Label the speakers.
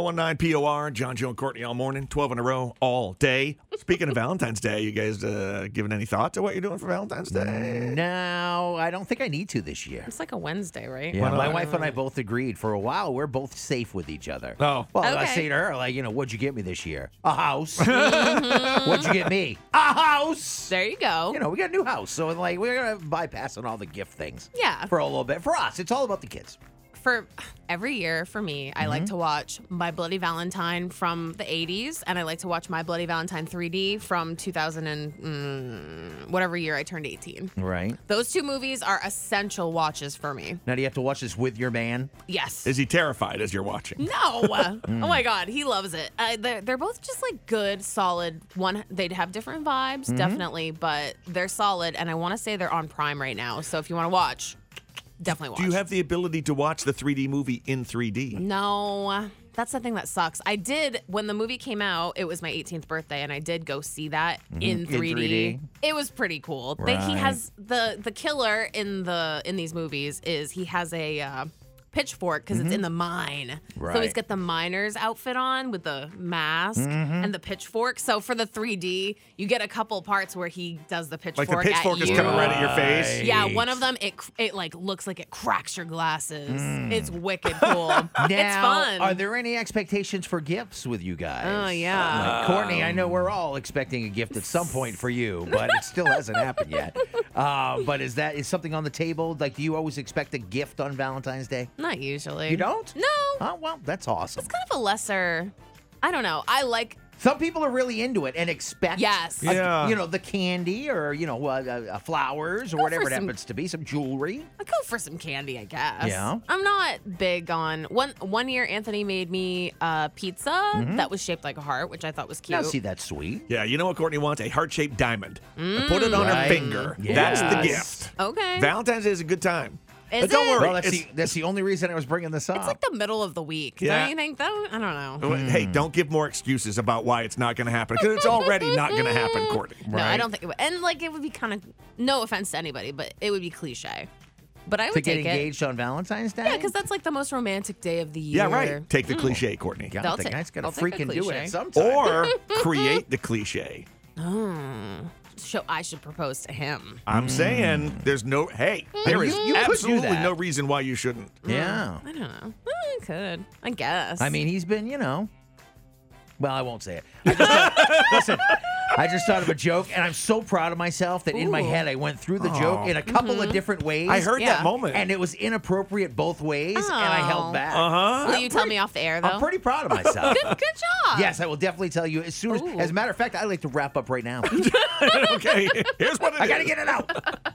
Speaker 1: 1019 POR, John, Joe, and Courtney all morning, 12 in a row, all day. Speaking of Valentine's Day, you guys uh, giving any thought to what you're doing for Valentine's
Speaker 2: Mm.
Speaker 1: Day?
Speaker 3: No, I don't think I need to this year.
Speaker 2: It's like a Wednesday, right?
Speaker 3: Yeah, my wife and I both agreed for a while. We're both safe with each other.
Speaker 1: Oh.
Speaker 3: well, I
Speaker 2: Okay.
Speaker 3: say to her, like, you know, what'd you get me this year? A house. what'd you get me? A house.
Speaker 2: Mm-hmm. There you go.
Speaker 3: You know, we got a new house, so like we're gonna bypassing all the gift things.
Speaker 2: Yeah.
Speaker 3: for a little bit. For us, it's all about the kids.
Speaker 2: For every year, for me, I
Speaker 1: Mm-hmm.
Speaker 2: like to watch My Bloody Valentine from the 80s, and I like to watch My Bloody Valentine 3D from 2000 and mm, whatever year I turned 18.
Speaker 1: Mm.
Speaker 3: Right
Speaker 2: Those two movies are essential watches for me.
Speaker 3: now, do you have to watch this with your man?
Speaker 2: Yes.
Speaker 1: Is Mm. he terrified as you're watching?
Speaker 2: No. oh my God, he loves it. Uh, they're, they're both just like good, solid. One, they'd have different vibes,
Speaker 1: Mm-hmm.
Speaker 2: definitely, but they're solid. And I want to say they're on Prime right now. So if you want to watch, definitely watch.
Speaker 1: Do you have the ability to watch the 3D movie in 3D?
Speaker 2: No, that's the thing that sucks. I did when the movie came out. It was my 18th birthday, and I did go see that in 3D.
Speaker 3: 3D.
Speaker 2: It was pretty cool. They- he
Speaker 3: Right.
Speaker 2: has the the killer in the in these movies is he has a. Uh, Pitchfork because it's in the mine, so he's
Speaker 3: Right.
Speaker 2: got the miner's outfit on with the mask and the pitchfork. So for the 3D, you get a couple parts where he does the pitchfork.
Speaker 1: Like the pitchfork
Speaker 2: at
Speaker 1: is
Speaker 2: you.
Speaker 1: coming right at your face?
Speaker 2: Yeah, one of them it cr- it like looks like it cracks your glasses. It's wicked cool. it's
Speaker 3: Hmm. Now,
Speaker 2: fun.
Speaker 3: Are there any expectations for gifts with you guys?
Speaker 2: Oh, yeah.
Speaker 3: Like, Courtney, I know we're all expecting a gift at some point for you, but it still hasn't happened yet. Uh, but is that is something on the table? Like, do you always expect a gift on Valentine's Day?
Speaker 2: Not usually.
Speaker 3: You don't?
Speaker 2: No.
Speaker 3: Oh well, that's awesome.
Speaker 2: It's kind of a lesser. I don't know. I like.
Speaker 3: Some people are really into it and expect,
Speaker 2: Yes.
Speaker 3: a-
Speaker 1: Yeah.
Speaker 3: you know, the candy or you know, uh, uh, flowers or whatever
Speaker 2: for
Speaker 3: it
Speaker 2: some-
Speaker 3: happens to be, some jewelry.
Speaker 2: I go for some candy, I guess.
Speaker 3: Yeah.
Speaker 2: I'm not big on one. One year, Anthony made me a pizza that was shaped like a heart, which I thought was cute.
Speaker 3: Now, Mm-hmm. see, that's sweet.
Speaker 1: Yeah, you know what Courtney wants? A heart shaped diamond. And put
Speaker 2: Mm,
Speaker 1: it on her
Speaker 3: Right.
Speaker 1: finger. That's the
Speaker 3: Yes.
Speaker 1: gift.
Speaker 2: Okay.
Speaker 1: Valentine's Day is a good time.
Speaker 2: Is
Speaker 1: but don't
Speaker 2: it?
Speaker 1: worry.
Speaker 3: Well, that's
Speaker 1: it's-
Speaker 3: the, that's the only reason I was bringing this up.
Speaker 2: it's like the middle of the week.
Speaker 1: Yeah.
Speaker 2: Don't you think though? I don't know.
Speaker 1: Hey, don't give more excuses about why it's not going to happen because it's already not going to happen, Courtney.
Speaker 2: No, I
Speaker 3: Right.
Speaker 2: don't think. It would. And like, it would be kind of no offense to anybody, but it would be cliche. But I would
Speaker 3: to get
Speaker 2: take it.
Speaker 3: engaged on Valentine's Day?
Speaker 2: Yeah, because that's like the most romantic day of the year.
Speaker 1: Yeah, right. Take
Speaker 2: Hmm.
Speaker 1: the cliche, Courtney.
Speaker 3: God,
Speaker 2: They'll
Speaker 3: the
Speaker 2: take-
Speaker 3: guy's gotta
Speaker 2: they'll take a
Speaker 3: freaking do it
Speaker 2: cliche.
Speaker 3: at some time.
Speaker 1: Or create the cliche.
Speaker 2: Oh. So I should propose to him.
Speaker 1: I'm saying there's no, hey, there is
Speaker 3: Mm. You could do
Speaker 1: absolutely
Speaker 3: that.
Speaker 1: no reason why you shouldn't.
Speaker 2: Mm.
Speaker 3: yeah.
Speaker 2: I don't know. Well, I could. I guess.
Speaker 3: I mean, he's been, you know. Well, I won't say it. I just thought, listen, I just thought of a joke, and I'm so proud of myself that in my
Speaker 2: Ooh. Mm-hmm.
Speaker 3: head I went through the joke in a couple of different ways.
Speaker 1: I heard that
Speaker 2: Yeah.
Speaker 1: moment.
Speaker 3: and it was inappropriate both ways, and I
Speaker 2: Oh.
Speaker 3: held back.
Speaker 1: uh huh.
Speaker 2: Will you tell me off the air though?
Speaker 3: I'm pretty proud of myself.
Speaker 2: good, good job.
Speaker 3: yes, I will definitely tell you as soon as.
Speaker 2: Ooh.
Speaker 3: As a matter of fact, I'd like to wrap up right now.
Speaker 1: okay, here's what it
Speaker 3: I gotta
Speaker 1: is.
Speaker 3: get it out.